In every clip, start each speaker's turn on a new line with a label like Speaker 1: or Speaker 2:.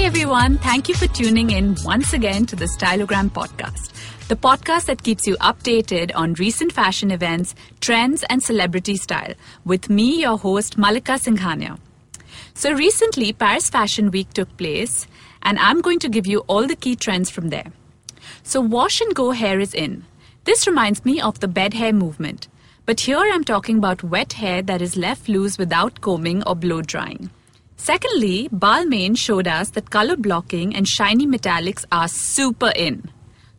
Speaker 1: everyone. Thank you for tuning in once again to the Stylogram podcast, the podcast that keeps you updated on recent fashion events, trends, and celebrity style, with me, your host, Malika Singhania. So, recently, Paris Fashion Week took place, and I'm going to give you all the key trends from there. So, wash and go hair is in. This reminds me of the bed hair movement. But here I'm talking about wet hair that is left loose without combing or blow drying. Secondly, Balmain showed us that color blocking and shiny metallics are super in.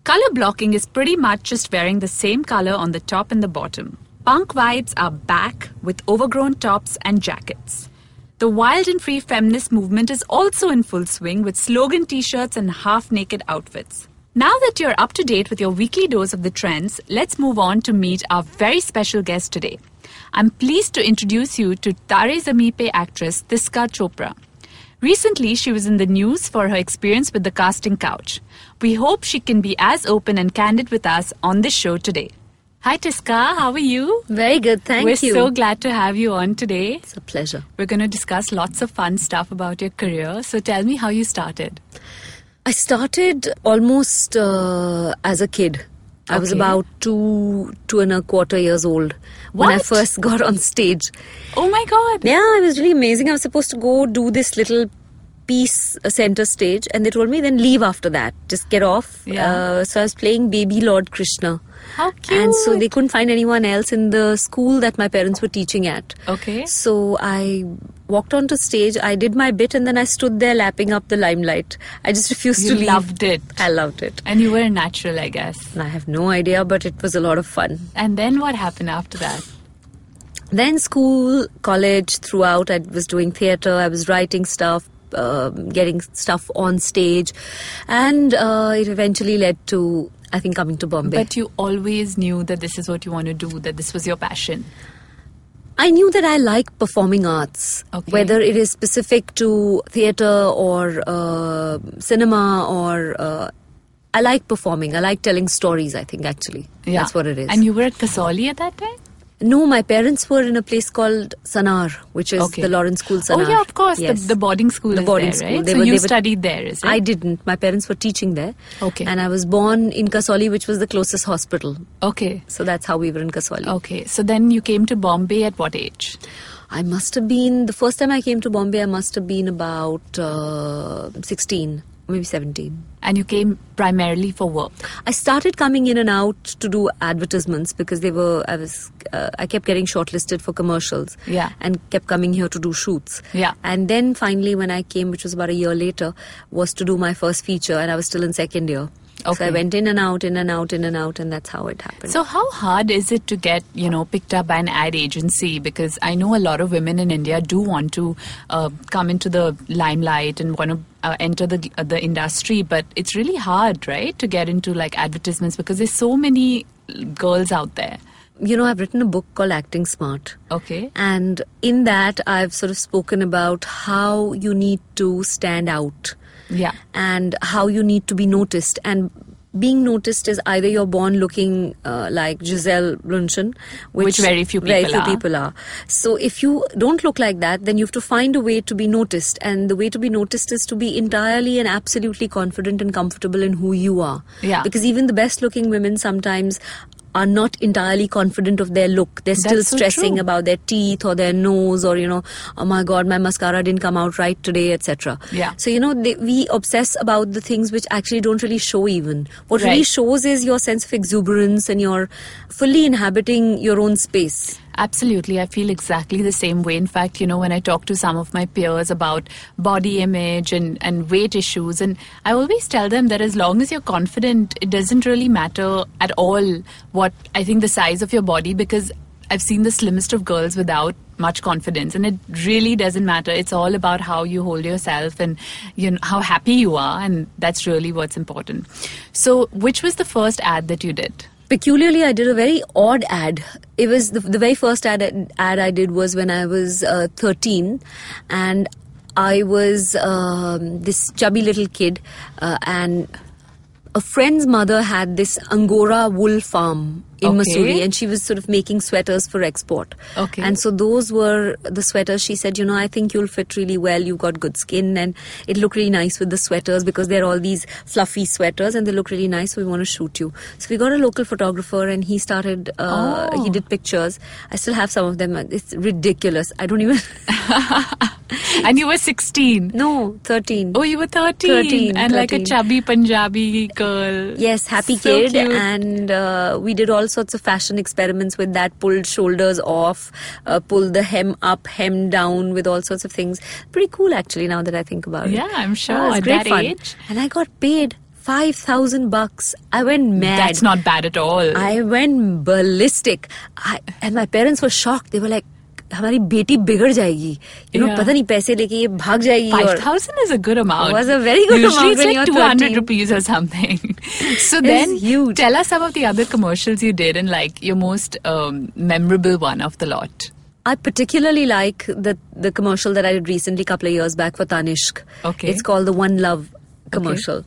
Speaker 1: Color blocking is pretty much just wearing the same color on the top and the bottom. Punk vibes are back with overgrown tops and jackets. The wild and free feminist movement is also in full swing with slogan t shirts and half naked outfits. Now that you're up to date with your weekly dose of the trends, let's move on to meet our very special guest today. I'm pleased to introduce you to Tare Zameen Pe actress Tiska Chopra. Recently, she was in the news for her experience with the casting couch. We hope she can be as open and candid with us on this show today. Hi, Tiska, how are you?
Speaker 2: Very good, thank
Speaker 1: We're
Speaker 2: you.
Speaker 1: so glad to have you on today.
Speaker 2: it's a pleasure.
Speaker 1: We're going to discuss lots of fun stuff about your career. So tell me how you started.
Speaker 2: I started almost uh, as a kid. I was
Speaker 1: Okay.
Speaker 2: about two, two and a quarter years old when I
Speaker 1: What?
Speaker 2: first got on stage.
Speaker 1: Oh my God.
Speaker 2: Yeah, it was really amazing. I was supposed to go do this little piece uh, center stage, and they told me then leave after that. Just get off.
Speaker 1: Yeah.
Speaker 2: Uh, so I was playing Baby Lord Krishna.
Speaker 1: How
Speaker 2: And so
Speaker 1: cute.
Speaker 2: they couldn't find anyone else in the school that my parents were teaching at.
Speaker 1: Okay.
Speaker 2: So I walked onto stage, I did my bit, and then I stood there lapping up the limelight. I just refused
Speaker 1: You
Speaker 2: to leave.
Speaker 1: loved it.
Speaker 2: I loved it.
Speaker 1: And you were a natural, I guess.
Speaker 2: And I have no idea, but it was a lot of fun.
Speaker 1: And then what happened after that?
Speaker 2: then school college throughout i was doing theater i was writing stuff um, getting stuff on stage and uh, it eventually led to i think coming to bombay
Speaker 1: But you always knew that this is what you want to do, that this was your passion.
Speaker 2: i knew that i like performing arts
Speaker 1: Okay.
Speaker 2: whether it is specific to theater or uh, cinema or uh, i like performing i like telling stories i think actually that's what it is
Speaker 1: And you were at Kasoli at that time?
Speaker 2: no my parents were in a place called sanar which is the lawrence school sanar
Speaker 1: Oh, yeah, of course.
Speaker 2: Yes.
Speaker 1: The, the boarding school
Speaker 2: The
Speaker 1: is
Speaker 2: boarding
Speaker 1: there,
Speaker 2: school.
Speaker 1: right?
Speaker 2: They
Speaker 1: so
Speaker 2: were-
Speaker 1: you
Speaker 2: they were-
Speaker 1: studied there, is it?
Speaker 2: I didn't. My parents were teaching there.
Speaker 1: Okay.
Speaker 2: And I was born in Kasoli, which was the closest hospital.
Speaker 1: Okay.
Speaker 2: So that's how we were in Kasoli.
Speaker 1: Okay. So then you came to Bombay at what age?
Speaker 2: I must have been, the first time I came to Bombay, I must have been about uh, 16, maybe 17.
Speaker 1: And you came primarily for work.
Speaker 2: I started coming in and out to do advertisements because they were, I was, uh, I kept getting shortlisted for commercials.
Speaker 1: Yeah.
Speaker 2: And kept coming here to do shoots.
Speaker 1: Yeah.
Speaker 2: And then finally, when I came, which was about a year later, was to do my first feature, and I was still in second year. So
Speaker 1: Okay.
Speaker 2: I went in and out, in and out, in and out, and that's how it happened.
Speaker 1: So how hard is it to get, you know, picked up by an ad agency? Because I know a lot of women in India do want to uh, come into the limelight and want to uh, enter the uh, the industry, but it's really hard, right, to get into like advertisements because there's so many girls out there.
Speaker 2: you know, I've written a book called Acting Smart.
Speaker 1: Okay.
Speaker 2: And in that, I've sort of spoken about how you need to stand out
Speaker 1: Yeah.
Speaker 2: and how you need to be noticed. And being noticed is either you're born looking uh, like Giselle Bundchen,
Speaker 1: Which very few
Speaker 2: very
Speaker 1: people
Speaker 2: few
Speaker 1: are.
Speaker 2: people are. So if you don't look like that, then you have to find a way to be noticed. And the way to be noticed is to be entirely and absolutely confident and comfortable in who you are.
Speaker 1: Yeah.
Speaker 2: Because even the best-looking women sometimes are not entirely confident of their look. They're still
Speaker 1: That's so
Speaker 2: stressing
Speaker 1: true.
Speaker 2: about their teeth or their nose or you know, oh my god, my mascara didn't come out right today, etc.
Speaker 1: Yeah.
Speaker 2: So you know, they, we obsess about the things which actually don't really show even. What really
Speaker 1: Right.
Speaker 2: shows is your sense of exuberance and your fully inhabiting your own space.
Speaker 1: Absolutely. I feel exactly the same way. In fact, you know, when I talk to some of my peers about body image and, and weight issues, and I always tell them that as long as you're confident, it doesn't really matter at all what I think the size of your body, because I've seen the slimmest of girls without much confidence and it really doesn't matter it's all about how you hold yourself and you know how happy you are and that's really what's important so which was the first ad that you did
Speaker 2: peculiarly i did a very odd ad it was the, the very first ad, ad i did was when i was uh, 13 and i was um, this chubby little kid uh, and a friend's mother had this angora wool farm in
Speaker 1: Okay.
Speaker 2: Missouri, and she was sort of making sweaters for export.
Speaker 1: Okay.
Speaker 2: And so those were the sweaters. She said, you know, I think you'll fit really well. You've got good skin, and it looked really nice with the sweaters because they're all these fluffy sweaters, and they look really nice. So we want to shoot you. So we got a local photographer, and he started. Uh,
Speaker 1: Oh.
Speaker 2: He did pictures. I still have some of them. It's ridiculous. I don't even.
Speaker 1: And you were 16.
Speaker 2: no, thirteen.
Speaker 1: Oh, you were 13.
Speaker 2: 13,
Speaker 1: and like a
Speaker 2: 13.
Speaker 1: chubby Punjabi girl.
Speaker 2: Yes, happy
Speaker 1: So
Speaker 2: kid,
Speaker 1: cute.
Speaker 2: and uh, we did all sorts of fashion experiments with that. Pulled shoulders off, uh, pulled the hem up, hem down, with all sorts of things. Pretty cool, actually. Now that I think about
Speaker 1: Yeah,
Speaker 2: it.
Speaker 1: I'm sure.
Speaker 2: it was
Speaker 1: At
Speaker 2: great
Speaker 1: that
Speaker 2: fun.
Speaker 1: age.
Speaker 2: and I got paid five thousand bucks. I went mad.
Speaker 1: That's not bad at all.
Speaker 2: I went ballistic. I, and my parents were shocked. They were like. हमारी बेटी बिगड़ जाएगी you know
Speaker 1: Yeah.
Speaker 2: पता नहीं पैसे लेके ये भाग जाएगी और
Speaker 1: 5,000 is a good amount.
Speaker 2: It was a very good
Speaker 1: Usually
Speaker 2: amount
Speaker 1: it's
Speaker 2: when
Speaker 1: like
Speaker 2: you're
Speaker 1: 200
Speaker 2: 13.
Speaker 1: rupees or something. so then,
Speaker 2: huge.
Speaker 1: tell us some of the other commercials you did and like your most um, memorable one of the lot.
Speaker 2: I particularly like the the commercial that I did recently, couple of years back for Tanishq.
Speaker 1: Okay.
Speaker 2: It's called the One Love commercial.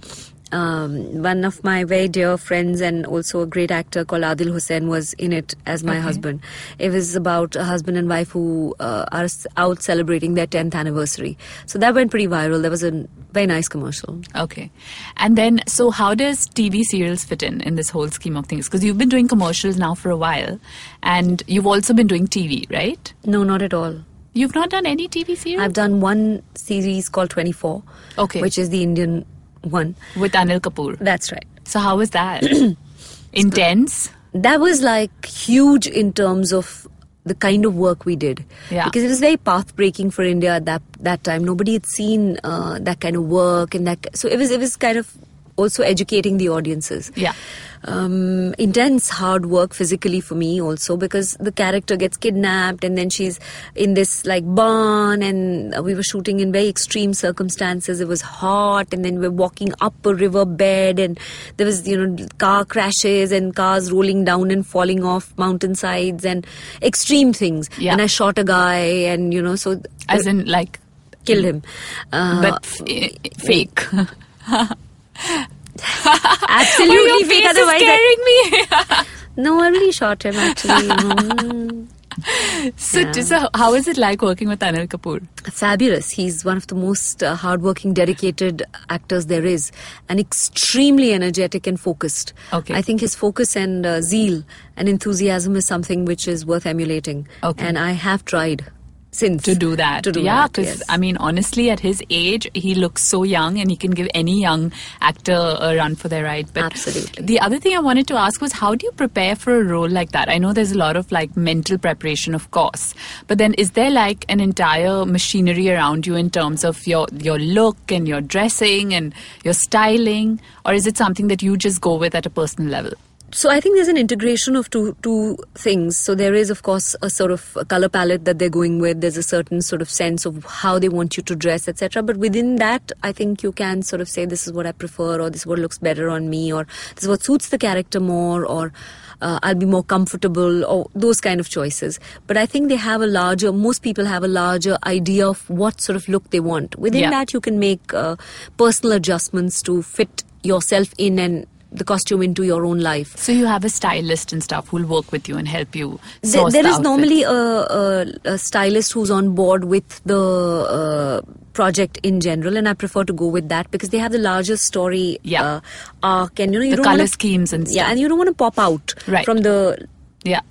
Speaker 2: Um, one of my very dear friends and also a great actor called Adil Hussain was in it as my husband. It was about a husband and wife who uh, are s- out celebrating their 10th anniversary. So that went pretty viral. That was a very nice commercial.
Speaker 1: Okay. And then, so how does TV serials fit in in this whole scheme of things? Because you've been doing commercials now for a while and you've also been doing TV, right?
Speaker 2: No, not at all.
Speaker 1: You've not done any TV serials
Speaker 2: I've done one series called 24,
Speaker 1: Okay.
Speaker 2: which is the Indian one.
Speaker 1: with Anil Kapoor.
Speaker 2: That's right.
Speaker 1: So, how was that? Intense?
Speaker 2: that was like huge in terms of the kind of work we did
Speaker 1: Yeah.
Speaker 2: because it was very path breaking for India at that that time. Nobody had seen uh, that kind of work and that so it was it was kind of also educating the audiences.
Speaker 1: Yeah.
Speaker 2: Um, intense hard work physically for me also because the character gets kidnapped and then she's in this like barn and we were shooting in very extreme circumstances. It was hot and then we're walking up a river bed and there was you know car crashes and cars rolling down and falling off mountainsides and extreme things.
Speaker 1: Yeah.
Speaker 2: And I shot a guy and you know so
Speaker 1: As in, like,
Speaker 2: killed him. Uh,
Speaker 1: but f- fake.
Speaker 2: absolutely
Speaker 1: oh, your
Speaker 2: fake,
Speaker 1: face is
Speaker 2: otherwise I-
Speaker 1: scaring me.
Speaker 2: no, I really shot him actually. Mm.
Speaker 1: so, so, how is it like working with Anil Kapoor?
Speaker 2: fabulous. He's one of the most uh, hardworking, dedicated actors there is, and extremely energetic and focused.
Speaker 1: Okay.
Speaker 2: I think his focus and uh, zeal and enthusiasm is something which is worth emulating.
Speaker 1: Okay.
Speaker 2: and I have tried since
Speaker 1: to do that.
Speaker 2: To do
Speaker 1: yeah,
Speaker 2: that, yes.
Speaker 1: I mean, honestly, at his age, he looks so young, and he can give any young actor a run for their ride. But
Speaker 2: Absolutely.
Speaker 1: The other thing I wanted to ask was, how do you prepare for a role like that? I know there's a lot of like mental preparation, of course, but then is there like an entire machinery around you in terms of your your look and your dressing and your styling, or is it something that you just go with at a personal level?
Speaker 2: so I think there's an integration of two two things. So there is, of course, a sort of a color palette that they're going with. There's a certain sort of sense of how they want you to dress, etc. But within that, I think you can sort of say this is what I prefer, or this is what looks better on me, or this is what suits the character more, or uh, I'll be more comfortable, or those kind of choices. But I think they have a larger. Most people have a larger idea of what sort of look they want. Within
Speaker 1: Yeah.
Speaker 2: that, you can make uh, personal adjustments to fit yourself in and the costume into your own life
Speaker 1: So you have a stylist and stuff who'll work with you and help you.
Speaker 2: there,
Speaker 1: source
Speaker 2: there
Speaker 1: the
Speaker 2: is
Speaker 1: outfits.
Speaker 2: normally a, a, a stylist who's on board with the uh, project in general, and I prefer to go with that because they have the largest story
Speaker 1: Yeah.
Speaker 2: uh, arc, and you know you
Speaker 1: The
Speaker 2: don't
Speaker 1: colour
Speaker 2: wanna,
Speaker 1: schemes and
Speaker 2: yeah,
Speaker 1: stuff.
Speaker 2: and you don't want to pop out
Speaker 1: Right.
Speaker 2: from the
Speaker 1: Yeah.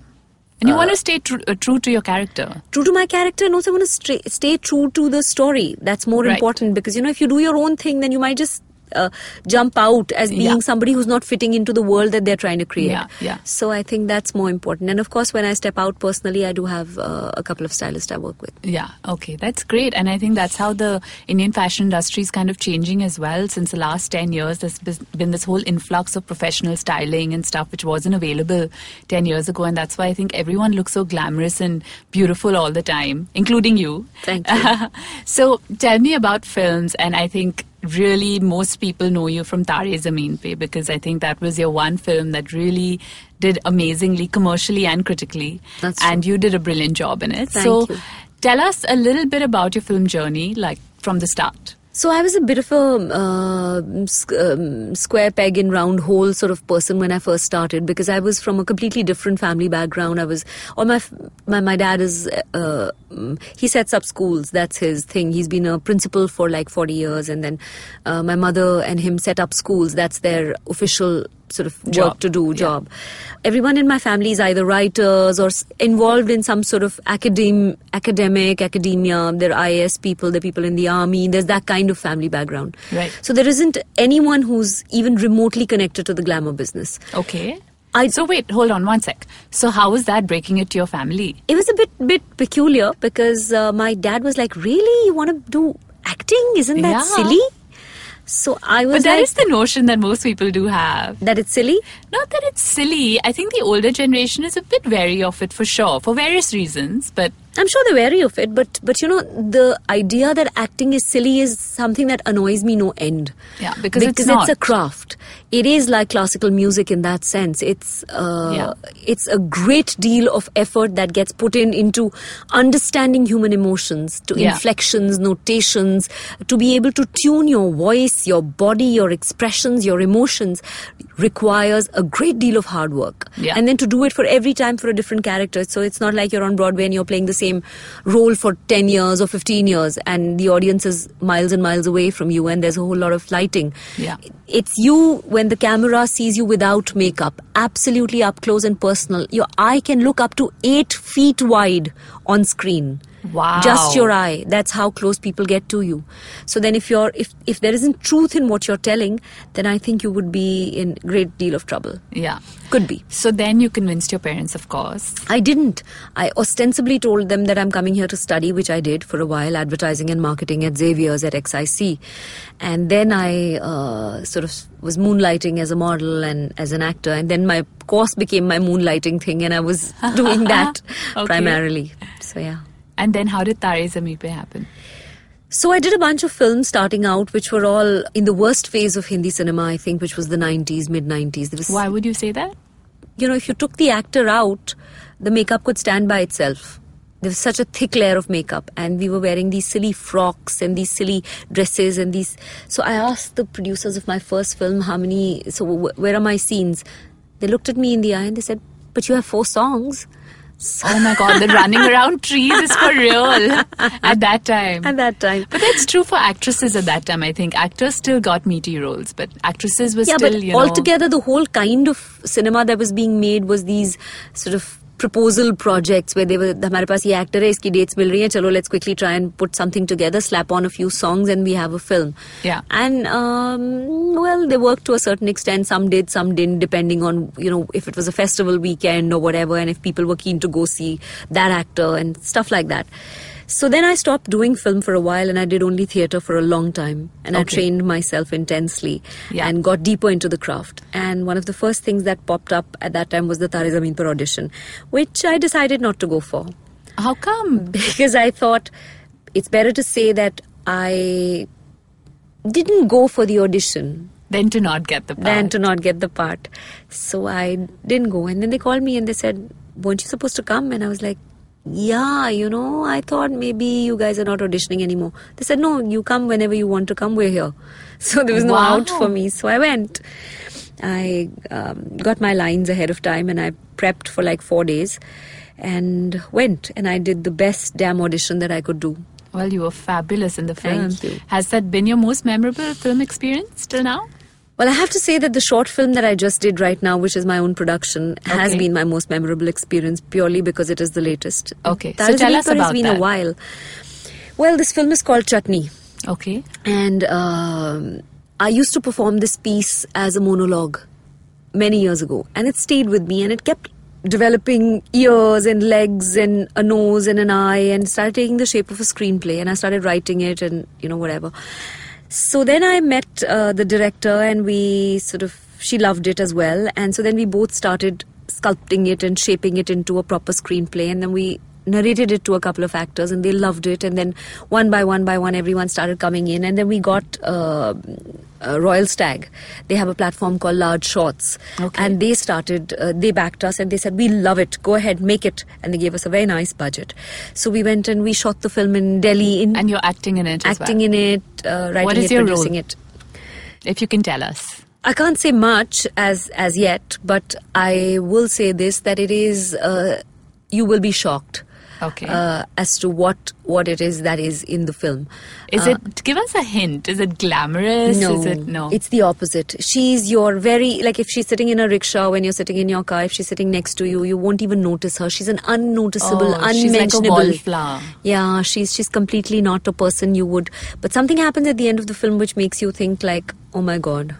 Speaker 1: And you want to stay tr- uh, true to your character.
Speaker 2: true to my character, and also I want to stay, stay true to the story. That's more
Speaker 1: Right.
Speaker 2: important because you know if you do your own thing, then you might just. Uh, jump out as being
Speaker 1: Yeah.
Speaker 2: somebody who's not fitting into the world that they're trying to create.
Speaker 1: Yeah, yeah.
Speaker 2: So I think that's more important. And of course, when I step out personally, I do have uh, a couple of stylists I work with.
Speaker 1: Yeah, okay, that's great. And I think that's how the Indian fashion industry is kind of changing as well. Since the last 10 years, there's bes- been this whole influx of professional styling and stuff which wasn't available 10 years ago. And that's why I think everyone looks so glamorous and beautiful all the time, including you.
Speaker 2: Thank you.
Speaker 1: so tell me about films. And I think really most people know you from Tare Zameen Pe because I think that was your one film that really did amazingly commercially and critically.
Speaker 2: That's true.
Speaker 1: and you did a brilliant job in it.
Speaker 2: Thank
Speaker 1: so
Speaker 2: you.
Speaker 1: tell us a little bit about your film journey, like from the start.
Speaker 2: So I was a bit of a um, sq- um, square peg in round hole sort of person when I first started because I was from a completely different family background. I was, or my f- my my dad is, uh, um, he sets up schools. That's his thing. He's been a principal for like forty years, and then uh, my mother and him set up schools. That's their official sort of
Speaker 1: Job.
Speaker 2: work to do
Speaker 1: Yeah.
Speaker 2: job. Everyone in my family is either writers or s- involved in some sort of academ- academic, academia. They're IAS people, they're people in the army. There's that kind of family background.
Speaker 1: Right.
Speaker 2: So there isn't anyone who's even remotely connected to the glamour business.
Speaker 1: Okay.
Speaker 2: I-
Speaker 1: so wait, hold on one sec. So how was that breaking it to your family?
Speaker 2: It was a bit bit peculiar because uh, my dad was like, "Really, you want to do acting? Isn't that
Speaker 1: Yeah.
Speaker 2: silly?" So I was
Speaker 1: But that
Speaker 2: like,
Speaker 1: is the notion that most people do have.
Speaker 2: "That it's silly."
Speaker 1: Not that it's silly. I think the older generation is a bit wary of it for sure, for various reasons. But
Speaker 2: I'm sure they're wary of it, but but you know the idea that acting is silly is something that annoys me no end.
Speaker 1: Yeah, because it's not.
Speaker 2: a craft. It is like classical music in that sense. It's uh,
Speaker 1: Yeah.
Speaker 2: it's a great deal of effort that gets put in into understanding human emotions, to
Speaker 1: Yeah.
Speaker 2: inflections, notations, to be able to tune your voice, your body, your expressions, your emotions requires a great deal of hard work.
Speaker 1: Yeah.
Speaker 2: And then to do it for every time for a different character. So it's not like you're on Broadway and you're playing the same role for 10 years or 15 years and the audience is miles and miles away from you and there's a whole lot of lighting.
Speaker 1: Yeah.
Speaker 2: It's you when the camera sees you without makeup, absolutely up close and personal. Your eye can look up to 8 feet wide on screen.
Speaker 1: Wow.
Speaker 2: Just your eye. That's how close people get to you. So then if you're if if there isn't truth in what you're telling, then I think you would be in great deal of trouble.
Speaker 1: yeah.
Speaker 2: Could be.
Speaker 1: So then you convinced your parents, of course.
Speaker 2: I didn't. I ostensibly told them that I'm coming here to study, which I did for a while, advertising and marketing at Xavier's at XIC. And then I uh, sort of was moonlighting as a model and as an actor. And then my course became my moonlighting thing, and I was doing that
Speaker 1: Okay.
Speaker 2: primarily. So, yeah.
Speaker 1: And then how did Tare Zameen Pe happen?
Speaker 2: So I did a bunch of films starting out, which were all in the worst phase of Hindi cinema, I think, which was the 90s, mid 90s. There was
Speaker 1: Why would you say that?
Speaker 2: you know, if you took the actor out, the makeup could stand by itself. There was such a thick layer of makeup, and we were wearing these silly frocks and these silly dresses and these. So I asked the producers of my first film, "How many? So wh- where are my scenes?" They looked at me in the eye and they said, "But you have four songs."
Speaker 1: Oh my god, the running around trees is for real at that time.
Speaker 2: At that time,
Speaker 1: But that's true for actresses at that time, I think. Actors still got meaty roles, but actresses were
Speaker 2: yeah,
Speaker 1: still,
Speaker 2: but
Speaker 1: you know.
Speaker 2: altogether, the whole kind of cinema that was being made was these sort of proposal projects where they were हमारे पास ये actor है इसकी dates मिल रही हैं चलो let's quickly try and put something together slap on a few songs and we have a film
Speaker 1: Yeah.
Speaker 2: and um, well they worked to a certain extent some did some didn't depending on you know if it was a festival weekend or whatever and if people were keen to go see that actor and stuff like that so then I stopped doing film for a while and I did only theatre for a long time and I
Speaker 1: Okay.
Speaker 2: trained myself intensely
Speaker 1: Yeah.
Speaker 2: and got deeper into the craft. And one of the first things that popped up at that time was the Tare Zameen Par audition, which I decided not to go for
Speaker 1: How come?
Speaker 2: because I thought it's better to say that I didn't go for the audition
Speaker 1: Then to not get the part.
Speaker 2: than to not get the part. So I didn't go. And then they called me and they said, Weren't you supposed to come? And I was like, Yeah, you know, I thought maybe you guys are not auditioning anymore. They said, No, you come whenever you want to come, we're here. So there was no
Speaker 1: Wow.
Speaker 2: out for me. So I went. I um, got my lines ahead of time and I prepped for like four days and went. And I did the best damn audition that I could do.
Speaker 1: Well, you were fabulous in the film.
Speaker 2: Thank you.
Speaker 1: Has that been your most memorable film experience till now?
Speaker 2: Well, I have to say that the short film that I just did right now, which is my own production, has
Speaker 1: Okay.
Speaker 2: been my most memorable experience purely because it is the latest.
Speaker 1: Okay.
Speaker 2: That
Speaker 1: So
Speaker 2: is
Speaker 1: tell
Speaker 2: really-
Speaker 1: us
Speaker 2: but
Speaker 1: about
Speaker 2: It's been
Speaker 1: that.
Speaker 2: a while. Well, this film is called Chutney,
Speaker 1: Okay.
Speaker 2: and um, I used to perform this piece as a monologue many years ago, and it stayed with me, and it kept developing ears and legs and a nose and an eye and started taking the shape of a screenplay and i started writing it and you know whatever so then I met uh, the director, and we sort of she loved it as well, and so then we both started sculpting it and shaping it into a proper screenplay, and then we narrated it to a couple of actors and they loved it and then one by one by one everyone started coming in and then we got uh, uh, royal stag they have a platform called large shots
Speaker 1: Okay.
Speaker 2: and they started uh, they backed us and they said we love it go ahead make it and they gave us a very nice budget so we went and we shot the film in delhi in
Speaker 1: And you're acting in it
Speaker 2: acting
Speaker 1: as
Speaker 2: in it uh, writing
Speaker 1: is
Speaker 2: it
Speaker 1: your
Speaker 2: producing
Speaker 1: role?
Speaker 2: it
Speaker 1: well. If you can tell us.
Speaker 2: I can't say much as as yet, but I will say this: that it is uh, you will be shocked
Speaker 1: Okay.
Speaker 2: uh, as to what what it is that is in the film.
Speaker 1: Is it give us a hint? Is it glamorous?
Speaker 2: Uh, No,
Speaker 1: Is it no?
Speaker 2: It's the opposite. She's your very like if she's sitting in a rickshaw when you're sitting in your car. If she's sitting next to you, you won't even notice her. She's an unnoticeable,
Speaker 1: Oh, she's like a
Speaker 2: unmentionable.
Speaker 1: wallflower.
Speaker 2: Yeah, she's she's completely not a person you would. But something happens at the end of the film which makes you think like, oh my god.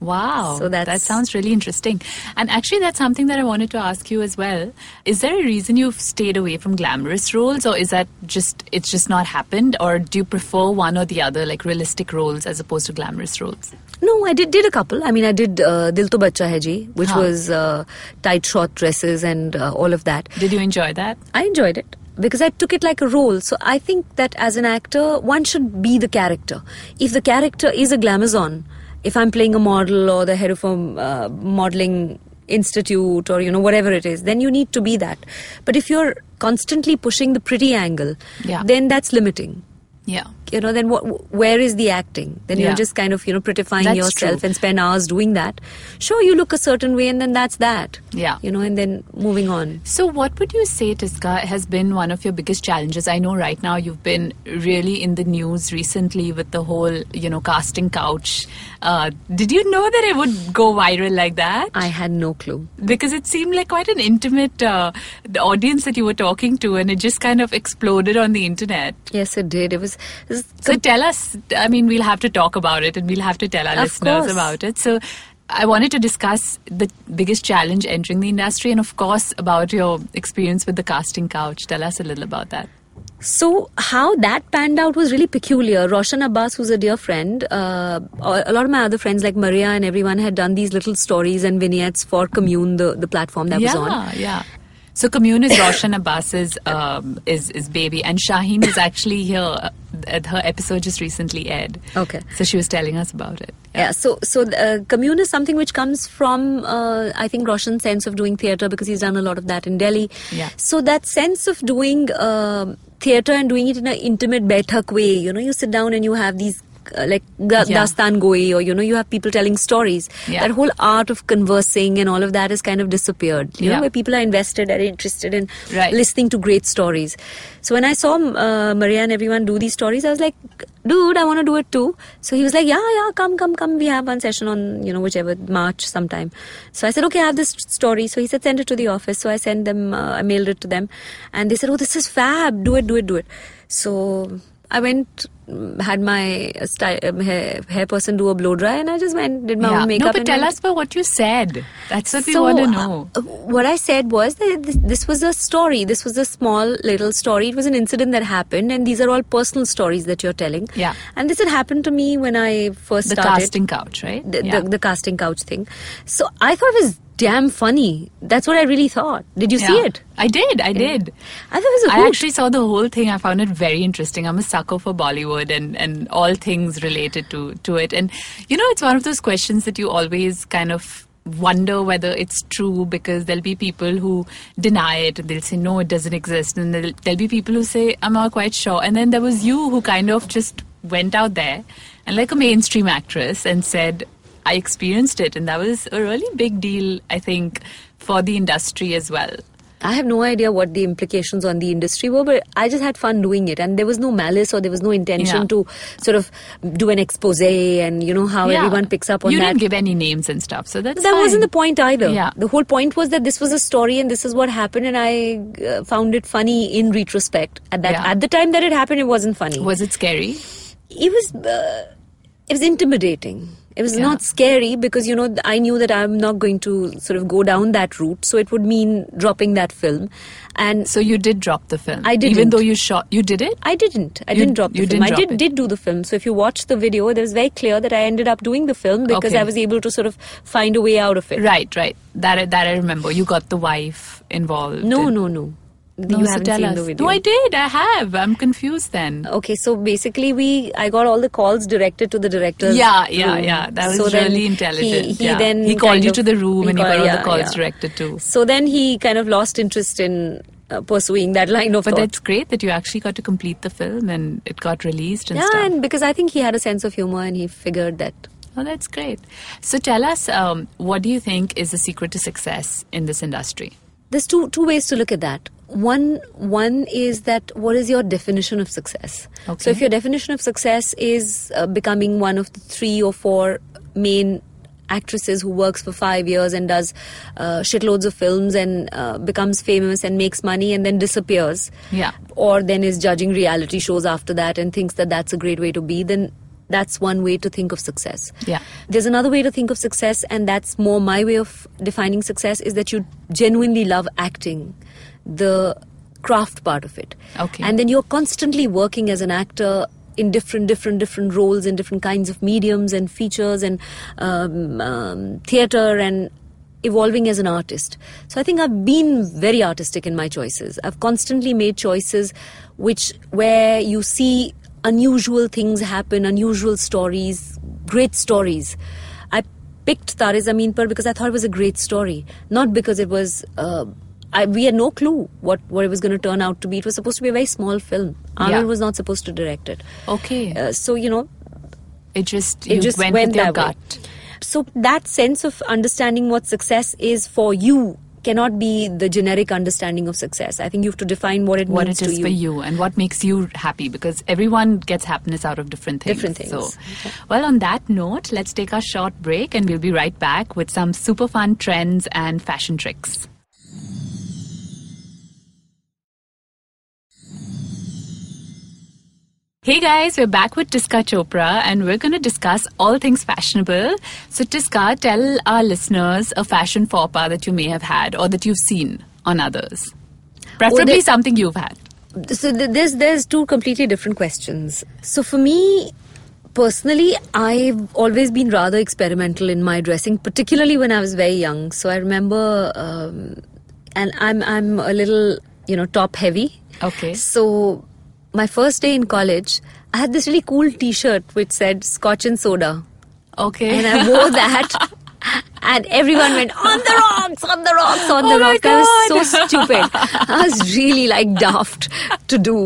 Speaker 1: Wow.
Speaker 2: So that's-
Speaker 1: that sounds really interesting. And actually, that's something that I wanted to ask you as well. Is there a reason you've stayed away from glamorous roles, or is that just it's just not happened, or do you prefer one or the other, like realistic roles as opposed to glamorous roles?
Speaker 2: No, I did did a couple. I mean, I did uh, Dil To Bacha Hai Ji, which
Speaker 1: Huh.
Speaker 2: was uh, tight short dresses and uh, all of that.
Speaker 1: Did you enjoy that?
Speaker 2: I enjoyed it because I took it like a role. So I think that as an actor, one should be the character. If the character is a glamazon, if I'm playing a model or the head of a uh, modeling institute or you know whatever it is, then you need to be that. But if you're constantly pushing the pretty angle,
Speaker 1: Yeah.
Speaker 2: then that's limiting.
Speaker 1: Yeah.
Speaker 2: You know, then what? Where is the acting? Then
Speaker 1: Yeah.
Speaker 2: you're just kind of you know prettifying
Speaker 1: That's true.
Speaker 2: yourself and spend hours doing that. Sure, you look a certain way, and then that's that.
Speaker 1: Yeah.
Speaker 2: you know, and then moving on.
Speaker 1: So, what would you say, Tiska, has been one of your biggest challenges? I know right now you've been really in the news recently with the whole, you know, casting couch. Uh, did you know that it would go viral like that?
Speaker 2: I had no clue.
Speaker 1: because it seemed like quite an intimate uh, the audience that you were talking to and it just kind of exploded on the internet
Speaker 2: Yes, it did. It was. It was
Speaker 1: so tell us i mean we'll have to talk about it and we'll have to tell our
Speaker 2: Of
Speaker 1: listeners
Speaker 2: course.
Speaker 1: about it so i wanted to discuss the biggest challenge entering the industry and of course about your experience with the casting couch tell us a little about that
Speaker 2: So how that panned out was really peculiar. Roshan Abbas, who's a dear friend, uh, a lot of my other friends like Maria and everyone had done these little stories and vignettes for Commune, the, the platform that
Speaker 1: yeah
Speaker 2: was on.
Speaker 1: yeah so commune is roshan abbas's um, is, is baby and shaheen is actually here Uh, her episode just recently aired
Speaker 2: Okay.
Speaker 1: so she was telling us about it
Speaker 2: Yeah, so so uh, commune is something which comes from uh, I think Roshan's sense of doing theatre because he's done a lot of that in Delhi.
Speaker 1: Yeah.
Speaker 2: So that sense of doing um theatre and doing it in an intimate baitak way, you know, you sit down and you have these uh, like da-
Speaker 1: Yeah.
Speaker 2: dastan goi or you know you have people telling stories.
Speaker 1: Yeah.
Speaker 2: That whole art of conversing and all of that has kind of disappeared. You
Speaker 1: Yeah.
Speaker 2: know, where people are invested, are interested in
Speaker 1: Right.
Speaker 2: listening to great stories. So when I saw uh, Maria and everyone do these stories, I was like, dude, I want to do it too. So he was like, yeah, yeah, come, come, come. We have one session on, you know, whichever, March sometime. So I said, okay, I have this story. So he said, send it to the office. So I sent them, uh, I mailed it to them. And they said, oh, this is fab. Do it, do it, do it. So I went, mm, had my uh, sty- um, hair, hair person do a blow dry and I just went, did my own makeup.
Speaker 1: No, but
Speaker 2: and
Speaker 1: tell
Speaker 2: went-
Speaker 1: us about what you said. That's what we
Speaker 2: so,
Speaker 1: want to know.
Speaker 2: uh, what I said was that th- this was a story. This was a small little story. It was an incident that happened, and these are all personal stories that you're telling.
Speaker 1: Yeah.
Speaker 2: And this had happened to me when I first
Speaker 1: The
Speaker 2: started
Speaker 1: casting couch, right?
Speaker 2: the,
Speaker 1: Yeah.
Speaker 2: the, the casting couch thing. So I thought it was damn funny. That's what I really thought. Did you see
Speaker 1: Yeah.
Speaker 2: it?
Speaker 1: I did. I did.
Speaker 2: I thought it was
Speaker 1: I
Speaker 2: a hoot.
Speaker 1: actually saw the whole thing. I found it very interesting. I'm a sucker for Bollywood and, and all things related to, to it. And, you know, it's one of those questions that you always kind of wonder whether it's true because there'll be people who deny it and they'll say, no, it doesn't exist. And there'll, there'll be people who say, I'm not quite sure. And then there was you who kind of just went out there and, like a mainstream actress, and said, I experienced it. And that was a really big deal, I think, for the industry as well.
Speaker 2: I have no idea what the implications on the industry were, but I just had fun doing it, and there was no malice or there was no intention
Speaker 1: Yeah.
Speaker 2: to sort of do an expose and you know how
Speaker 1: Yeah.
Speaker 2: everyone picks up on
Speaker 1: you
Speaker 2: that.
Speaker 1: didn't give any names and stuff, so that's
Speaker 2: that
Speaker 1: fine.
Speaker 2: wasn't the point either.
Speaker 1: Yeah.
Speaker 2: The whole point was that this was a story and this is what happened, and I uh, found it funny in retrospect. At that,
Speaker 1: Yeah.
Speaker 2: at the time that it happened, it wasn't funny.
Speaker 1: Was it scary?
Speaker 2: It was, uh, it was intimidating. It was not scary because you know th- I knew that I'm not going to sort of go down that route, so it would mean dropping that film, and
Speaker 1: So you did drop the film.
Speaker 2: I
Speaker 1: Even
Speaker 2: didn't.
Speaker 1: though you shot, you did it.
Speaker 2: I didn't. I
Speaker 1: You-
Speaker 2: didn't drop the
Speaker 1: you
Speaker 2: film.
Speaker 1: didn't
Speaker 2: I
Speaker 1: drop
Speaker 2: did
Speaker 1: it.
Speaker 2: did do the film. So if you watch the video, it was very clear that I ended up doing the film because
Speaker 1: Okay.
Speaker 2: I was able to sort of find a way out of it.
Speaker 1: Right, right. That I- that I remember. You got the wife involved.
Speaker 2: No,
Speaker 1: and-
Speaker 2: no, no.
Speaker 1: No,
Speaker 2: you
Speaker 1: so
Speaker 2: haven't
Speaker 1: tell
Speaker 2: seen
Speaker 1: us.
Speaker 2: the video.
Speaker 1: No, I did. I have. I'm confused then.
Speaker 2: Okay, so basically, we I got all the calls directed to the director's
Speaker 1: Yeah, yeah,
Speaker 2: room.
Speaker 1: yeah. That was
Speaker 2: So then
Speaker 1: really intelligent.
Speaker 2: He, he
Speaker 1: yeah.
Speaker 2: then
Speaker 1: he called
Speaker 2: kind
Speaker 1: you
Speaker 2: of-
Speaker 1: to the room and he got all
Speaker 2: yeah,
Speaker 1: the calls
Speaker 2: yeah.
Speaker 1: directed to.
Speaker 2: So then he kind of lost interest in uh, pursuing that line of
Speaker 1: But
Speaker 2: thought.
Speaker 1: that's great that you actually got to complete the film and it got released and
Speaker 2: yeah,
Speaker 1: stuff.
Speaker 2: and because I think he had a sense of humor and he figured that
Speaker 1: oh, that's great. So tell us, um, what do you think is the secret to success in this industry?
Speaker 2: there's two two ways to look at that one one is that what is your definition of success
Speaker 1: Okay.
Speaker 2: so if your definition of success is uh, becoming one of the three or four main actresses who works for five years and does uh, shitloads of films and uh, becomes famous and makes money and then disappears
Speaker 1: Yeah.
Speaker 2: or then is judging reality shows after that and thinks that that's a great way to be then that's one way to think of success
Speaker 1: Yeah.
Speaker 2: there's another way to think of success and that's more my way of defining success is that you genuinely love acting the craft part of it
Speaker 1: Okay.
Speaker 2: and then you're constantly working as an actor in different different different roles in different kinds of mediums and features and um, um, theater and evolving as an artist so i think i've been very artistic in my choices i've constantly made choices which where you see unusual things happen unusual stories great stories i picked Tare Zameen Par because I thought it was a great story, not because it was. Uh, I, we had no clue what, what it was going to turn out to be. It was supposed to be a very small film. Arnold
Speaker 1: Yeah.
Speaker 2: was not supposed to direct it.
Speaker 1: Okay.
Speaker 2: Uh, so, you know,
Speaker 1: it just,
Speaker 2: it
Speaker 1: you
Speaker 2: just
Speaker 1: went,
Speaker 2: went,
Speaker 1: with your
Speaker 2: that way.
Speaker 1: gut.
Speaker 2: So, that sense of understanding what success is for you cannot be the generic understanding of success. I think you have to define what it
Speaker 1: What
Speaker 2: means
Speaker 1: it is
Speaker 2: to you.
Speaker 1: for you and what makes you happy because everyone gets happiness out of different things.
Speaker 2: Different things.
Speaker 1: So, well, on that note, let's take our short break and we'll be right back with some super fun trends and fashion tricks. Hey guys, we're back with Tiska Chopra and we're going to discuss all things fashionable. So, Tiska, tell our listeners a fashion faux pas that you may have had or that you've seen on others. Preferably
Speaker 2: they-
Speaker 1: something you've had.
Speaker 2: so th- there's there's two completely different questions so for me personally i've always been rather experimental in my dressing particularly when i was very young so i remember um, and i'm i'm a little you know top heavy
Speaker 1: Okay.
Speaker 2: so my first day in college i had this really cool t-shirt which said scotch and soda
Speaker 1: Okay.
Speaker 2: and I wore that. And everyone went on the rocks, on the rocks, on
Speaker 1: Oh
Speaker 2: the
Speaker 1: my
Speaker 2: rocks. I
Speaker 1: God.
Speaker 2: was so stupid. I was really like daft to do.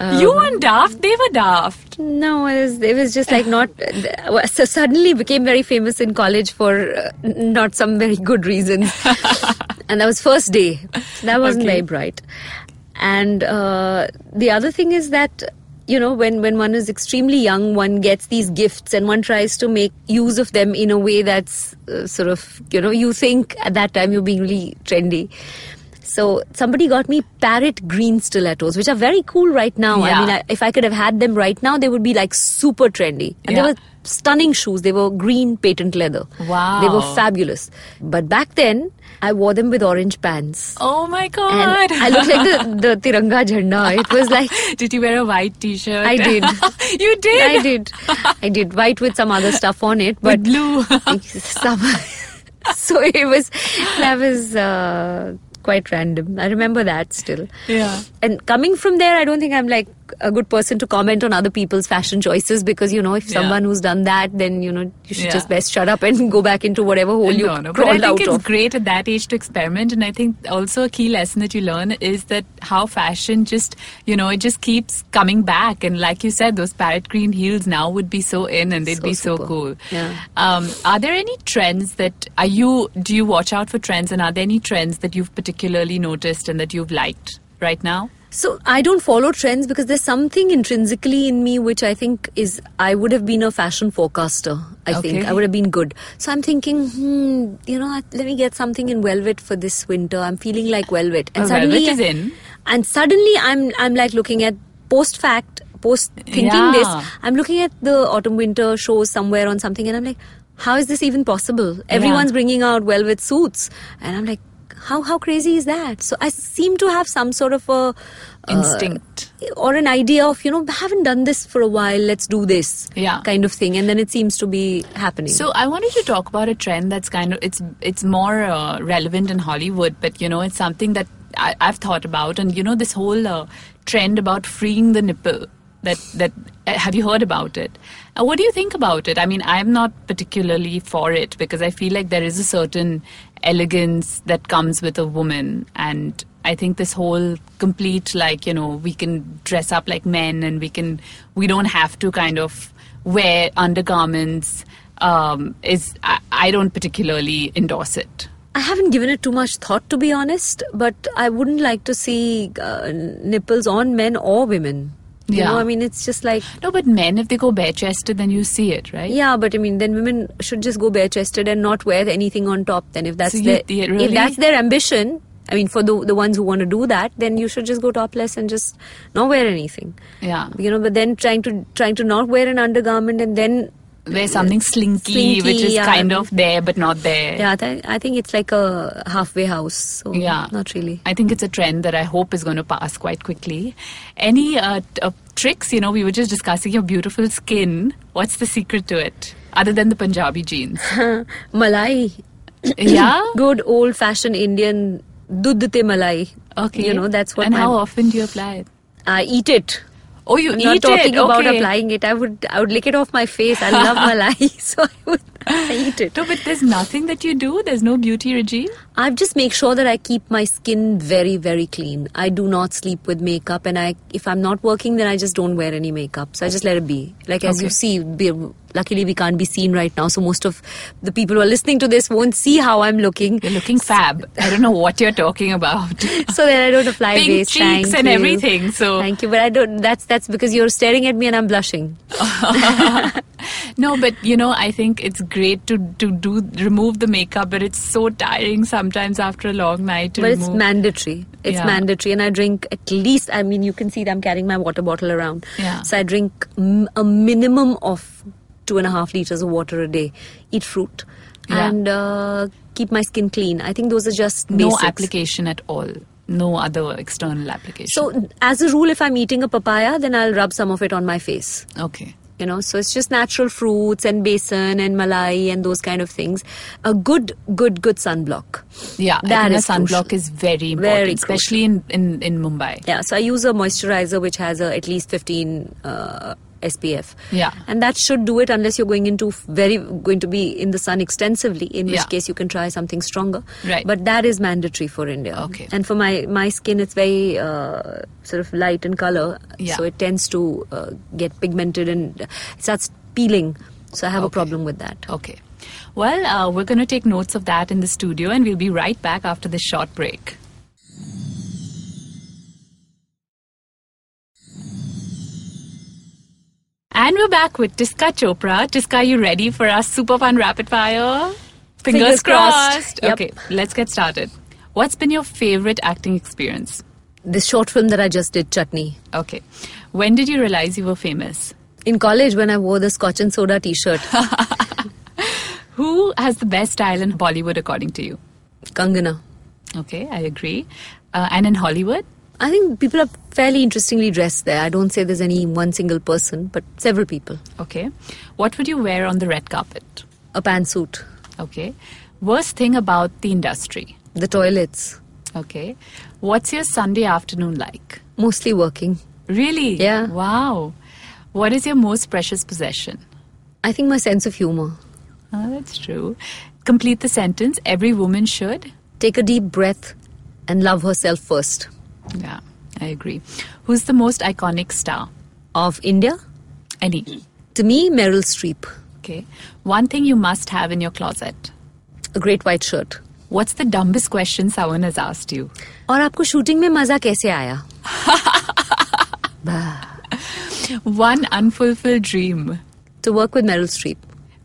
Speaker 2: Um,
Speaker 1: you weren't daft, they were daft.
Speaker 2: no, it was, it was just like not. So suddenly became very famous in college for uh, n- not some very good reason. and that was first day. That wasn't
Speaker 1: Okay.
Speaker 2: very bright. And uh, the other thing is that you know when when one is extremely young, one gets these gifts and one tries to make use of them in a way that's uh, sort of you know you think at that time you're being really trendy. So somebody got me parrot green stilettos, which are very cool right now.
Speaker 1: Yeah.
Speaker 2: I mean, I, if I could have had them right now, they would be like super trendy. And
Speaker 1: Yeah.
Speaker 2: they were stunning shoes. They were green patent leather.
Speaker 1: Wow.
Speaker 2: They were fabulous. But back then, I wore them with orange pants.
Speaker 1: Oh my god.
Speaker 2: And I looked like the, the Tiranga Jhanda. It was like,
Speaker 1: did you wear a white t shirt?
Speaker 2: I did.
Speaker 1: you did?
Speaker 2: I did. I did. White with some other stuff on it. But
Speaker 1: With blue.
Speaker 2: some, so it was, that was uh, quite random. I remember that still.
Speaker 1: Yeah.
Speaker 2: And coming from there, I don't think I'm like a good person to comment on other people's fashion choices because, you know, if
Speaker 1: Yeah.
Speaker 2: someone who's done that, then, you know, you should
Speaker 1: Yeah.
Speaker 2: just best shut up and go back into whatever hole you
Speaker 1: no, no. But I
Speaker 2: crawled
Speaker 1: think
Speaker 2: out
Speaker 1: it's
Speaker 2: of.
Speaker 1: great at that age to experiment, and I think also a key lesson that you learn is that how fashion just you know it just keeps coming back. And like you said, those parrot green heels now would be so in, and they'd
Speaker 2: So
Speaker 1: be so
Speaker 2: super.
Speaker 1: cool.
Speaker 2: Yeah.
Speaker 1: Um, are there any trends that are you do you watch out for trends, and are there any trends that you've particularly noticed and that you've liked right now?
Speaker 2: So I don't follow trends because there's something intrinsically in me which I think is I would have been a fashion forecaster. I think
Speaker 1: Okay.
Speaker 2: I would have been good. So I'm thinking, hmm, you know, let me get something in velvet for this winter. I'm feeling like velvet, and
Speaker 1: Oh,
Speaker 2: suddenly,
Speaker 1: velvet is in.
Speaker 2: and suddenly I'm I'm like looking at post fact, post thinking
Speaker 1: Yeah.
Speaker 2: this. I'm looking at the autumn winter shows somewhere on something, and I'm like, how is this even possible? Everyone's bringing out velvet suits, and I'm like. How, how crazy is that? So I seem to have some sort of a uh,
Speaker 1: Instinct.
Speaker 2: or an idea of you know haven't done this for a while let's do this
Speaker 1: Yeah.
Speaker 2: kind of thing and then it seems to be happening
Speaker 1: So I wanted to talk about a trend that's kind of it's it's more uh, relevant in Hollywood, but you know it's something that I, I've thought about, and you know, this whole uh, trend about freeing the nipple. That that uh, have you heard about it? Uh, what do you think about it? I mean, I'm not particularly for it because I feel like there is a certain elegance that comes with a woman, and I think this whole complete like you know we can dress up like men and we can we don't have to kind of wear undergarments um, is I, I don't particularly endorse it.
Speaker 2: I haven't given it too much thought, to be honest, but I wouldn't like to see uh, nipples on men or women. You
Speaker 1: Yeah.
Speaker 2: know, I mean, it's just like,
Speaker 1: No, but men, if they go bare chested, then you see it, right?
Speaker 2: yeah, but I mean, then women should just go bare chested and not wear anything on top. Then, if that's
Speaker 1: So you-
Speaker 2: their
Speaker 1: yeah,
Speaker 2: if
Speaker 1: really?
Speaker 2: that's their ambition, I mean, for the the ones who want to do that, then you should just go topless and just not wear anything.
Speaker 1: Yeah.
Speaker 2: You know, but then trying to trying to not wear an undergarment and then
Speaker 1: Wear something slinky,
Speaker 2: Slinky,
Speaker 1: which is
Speaker 2: yeah.
Speaker 1: kind of there but not there.
Speaker 2: yeah, th- I think it's like a halfway house. So
Speaker 1: Yeah.
Speaker 2: not really.
Speaker 1: I think it's a trend that I hope is going to pass quite quickly. Any uh, t- uh, tricks? You know, we were just discussing your beautiful skin. What's the secret to it? Other than the Punjabi jeans.
Speaker 2: Malai
Speaker 1: yeah?
Speaker 2: good old fashioned Indian dudh te malai.
Speaker 1: Okay.
Speaker 2: You know, that's what
Speaker 1: And
Speaker 2: my-
Speaker 1: how often do you apply it?
Speaker 2: I eat it.
Speaker 1: Oh, you
Speaker 2: I'm
Speaker 1: eat
Speaker 2: not talking
Speaker 1: it.
Speaker 2: about
Speaker 1: okay.
Speaker 2: applying it. I would I would lick it off my face. I love malai, so I would I eat it.
Speaker 1: No, but there's nothing that you do. There's no beauty regime.
Speaker 2: I just make sure that I keep my skin very very clean. I do not sleep with makeup, and I if I'm not working, then I just don't wear any makeup. So I just let it be. Like as you
Speaker 1: Okay.
Speaker 2: see, we, luckily we can't be seen right now, so most of the people who are listening to this won't see how I'm looking.
Speaker 1: You're looking fab. I don't know what you're talking about.
Speaker 2: so that I don't apply
Speaker 1: Pink
Speaker 2: base.
Speaker 1: cheeks
Speaker 2: Thank
Speaker 1: and
Speaker 2: you.
Speaker 1: everything, so-
Speaker 2: thank you, but I don't. That's that's because you're staring at me and I'm blushing.
Speaker 1: no, but you know, I think it's great to to do remove the makeup, but it's so tiring sometimes after a long night to
Speaker 2: But it's
Speaker 1: remove.
Speaker 2: mandatory. It's
Speaker 1: Yeah.
Speaker 2: mandatory, and I drink at least. I mean, you can see that I'm carrying my water bottle around.
Speaker 1: Yeah.
Speaker 2: So I drink m- a minimum of two and a half liters of water a day. Eat fruit
Speaker 1: Yeah.
Speaker 2: and uh, keep my skin clean. I think those are just
Speaker 1: no
Speaker 2: basics.
Speaker 1: application at all. No other external application.
Speaker 2: so as a rule, if I'm eating a papaya, then I'll rub some of it on my face.
Speaker 1: okay.
Speaker 2: you know so it's just natural fruits and besan and malai and those kind of things a good good good sunblock
Speaker 1: Yeah, I
Speaker 2: That
Speaker 1: think
Speaker 2: is
Speaker 1: the sunblock
Speaker 2: crucial.
Speaker 1: is very important,
Speaker 2: Very
Speaker 1: especially in, in, in Mumbai.
Speaker 2: yeah so i use a moisturizer which has a, at least 15 uh, spf
Speaker 1: Yeah.
Speaker 2: and that should do it unless you're going into f- very going to be in the sun extensively in which
Speaker 1: Yeah.
Speaker 2: case you can try something stronger
Speaker 1: Right.
Speaker 2: but that is mandatory for india
Speaker 1: Okay.
Speaker 2: and for my my skin it's very uh, sort of light in color
Speaker 1: Yeah.
Speaker 2: so it tends to uh, get pigmented and it starts peeling so i have a
Speaker 1: Okay.
Speaker 2: problem with that
Speaker 1: Okay. Well, uh, we're going to take notes of that in the studio, and we'll be right back after this short break. And we're back with Tiska Chopra. Tiska, are you ready for our super fun rapid fire? Fingers,
Speaker 2: Fingers crossed.
Speaker 1: crossed.
Speaker 2: Yep.
Speaker 1: Okay, let's get started. What's been your favorite acting experience?
Speaker 2: this short film that I just did, Chutney.
Speaker 1: Okay. When did you realize you were famous?
Speaker 2: In college, when I wore the Scotch and Soda t shirt,
Speaker 1: Who has the best style in Bollywood, according to you?
Speaker 2: Kangana.
Speaker 1: Okay, I agree. Uh, and in Hollywood?
Speaker 2: I think people are fairly interestingly dressed there. I don't say there's any one single person, but several people.
Speaker 1: Okay. What would you wear on the red carpet?
Speaker 2: A pantsuit,
Speaker 1: Okay. Worst thing about the industry?
Speaker 2: the toilets,
Speaker 1: Okay. What's your Sunday afternoon like?
Speaker 2: mostly working.
Speaker 1: Really?
Speaker 2: Yeah.
Speaker 1: Wow. What is your most precious possession?
Speaker 2: I think my sense of humor.
Speaker 1: Oh, that's true. Complete the sentence. Every woman should.
Speaker 2: Take a deep breath and love herself first.
Speaker 1: Yeah, I agree. Who's the most iconic star?
Speaker 2: Of India,
Speaker 1: Any.
Speaker 2: to me, Meryl Streep,
Speaker 1: Okay. One thing you must have in your closet.
Speaker 2: a great white shirt.
Speaker 1: What's the dumbest question someone has asked you?
Speaker 2: और आपको shooting में मजा कैसे आया? Bah.
Speaker 1: One unfulfilled dream.
Speaker 2: to work with Meryl Streep.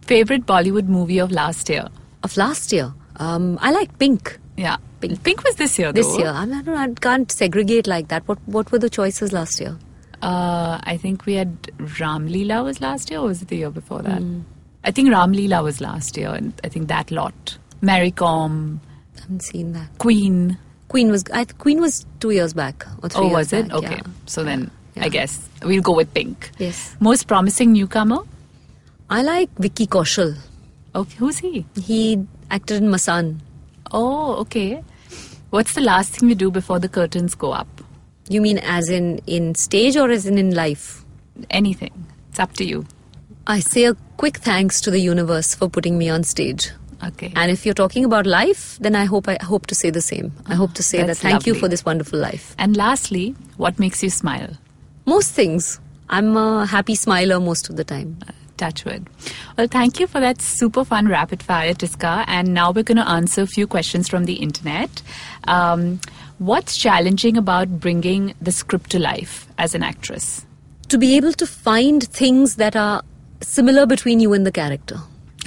Speaker 1: Favorite Bollywood movie of last year?
Speaker 2: of last year. Um, I like pink
Speaker 1: Yeah. Pink, Pink was this year,
Speaker 2: this
Speaker 1: though.
Speaker 2: year. I, mean, I, don't, I can't segregate like that. What what were the choices last year?
Speaker 1: Uh, I think we had Ram Leela was last year, or was it the year before that?
Speaker 2: Hmm.
Speaker 1: I think Ram Leela was last year, and I think that lot. Mary Com,
Speaker 2: I haven't seen that.
Speaker 1: Queen.
Speaker 2: Queen was I, th- Queen was two years back or three
Speaker 1: oh,
Speaker 2: years
Speaker 1: was it?
Speaker 2: back,
Speaker 1: okay.
Speaker 2: yeah.
Speaker 1: So then,
Speaker 2: Yeah.
Speaker 1: I guess we'll go with Pink.
Speaker 2: Yes.
Speaker 1: Most promising newcomer?
Speaker 2: I like Vicky Kaushal.
Speaker 1: Okay. Who's he?
Speaker 2: He acted in Masan.
Speaker 1: Oh, okay. What's the last thing we do before the curtains go up?
Speaker 2: You mean as in in stage or as in in life?
Speaker 1: Anything. It's up to you.
Speaker 2: I say a quick thanks to the universe for putting me on stage.
Speaker 1: Okay.
Speaker 2: And if you're talking about life, then I hope I hope to say the same. I hope to say that
Speaker 1: that's
Speaker 2: thank you
Speaker 1: lovely.
Speaker 2: for this wonderful life.
Speaker 1: And lastly, what makes you smile?
Speaker 2: Most things. I'm a happy smiler most of the time.
Speaker 1: Touchwood. Well, thank you for that super fun rapid fire, Tiska. And now we're going to answer a few questions from the internet. Um, what's challenging about bringing the script to life as an actress?
Speaker 2: To be able to find things that are similar between you and the character.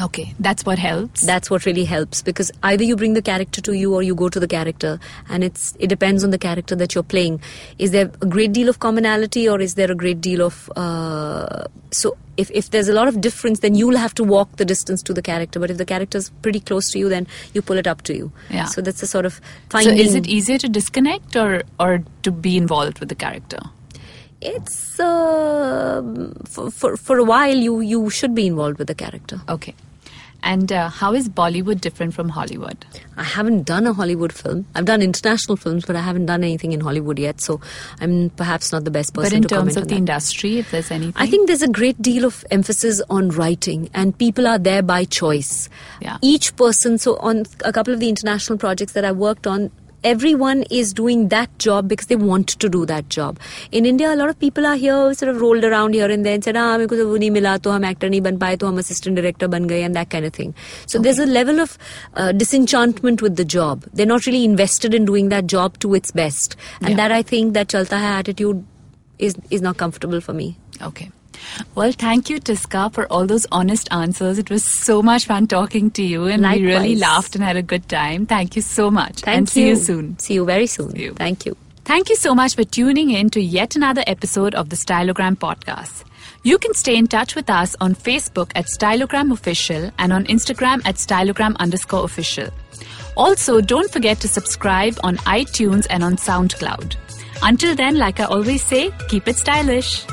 Speaker 1: Okay, that's what helps.
Speaker 2: That's what really helps because either you bring the character to you or you go to the character and it's it depends on the character that you're playing. Is there a great deal of commonality or is there a great deal of uh, so if, if there's a lot of difference then you'll have to walk the distance to the character but if the character's pretty close to you then you pull it up to you.
Speaker 1: Yeah.
Speaker 2: So that's a sort of
Speaker 1: so,
Speaker 2: finding
Speaker 1: is it e- easier to disconnect or, or to be involved with the character?
Speaker 2: it's uh, for, for for a while you you should be involved with the character.
Speaker 1: Okay. And uh, how is Bollywood different from Hollywood?
Speaker 2: I haven't done a Hollywood film. I've done international films, but I haven't done anything in Hollywood yet. So I'm perhaps not the best person
Speaker 1: but in
Speaker 2: to comment
Speaker 1: terms of
Speaker 2: on
Speaker 1: the
Speaker 2: that.
Speaker 1: industry, if there's anything.
Speaker 2: I think there's a great deal of emphasis on writing, and people are there by choice.
Speaker 1: Yeah.
Speaker 2: Each person, so on a couple of the international projects that I worked on, everyone is doing that job because they want to do that job. In India, a lot of people are here, sort of rolled around here and there and said, ah, because nahi mila, to hum actor nahi ban paaye, to hum assistant director ban gaye, and that kind of thing. So there's a level of uh, disenchantment with the job. They're not really invested in doing that job to its best. And
Speaker 1: Yeah.
Speaker 2: that I think that chalta hai attitude is, is not comfortable for me.
Speaker 1: Okay. Well, thank you, Tiska, for all those honest answers. It was so much fun talking to you, and we really
Speaker 2: Likewise.
Speaker 1: laughed and had a good time. Thank you so much.
Speaker 2: Thank
Speaker 1: and
Speaker 2: you.
Speaker 1: see you soon.
Speaker 2: See you very soon.
Speaker 1: See you.
Speaker 2: Thank you.
Speaker 1: Thank you so much for tuning in to yet another episode of the Stylogram Podcast. You can stay in touch with us on Facebook at Stylogram Official and on Instagram at Stylogram underscore official. Also, don't forget to subscribe on iTunes and on SoundCloud. Until then, like I always say, keep it stylish.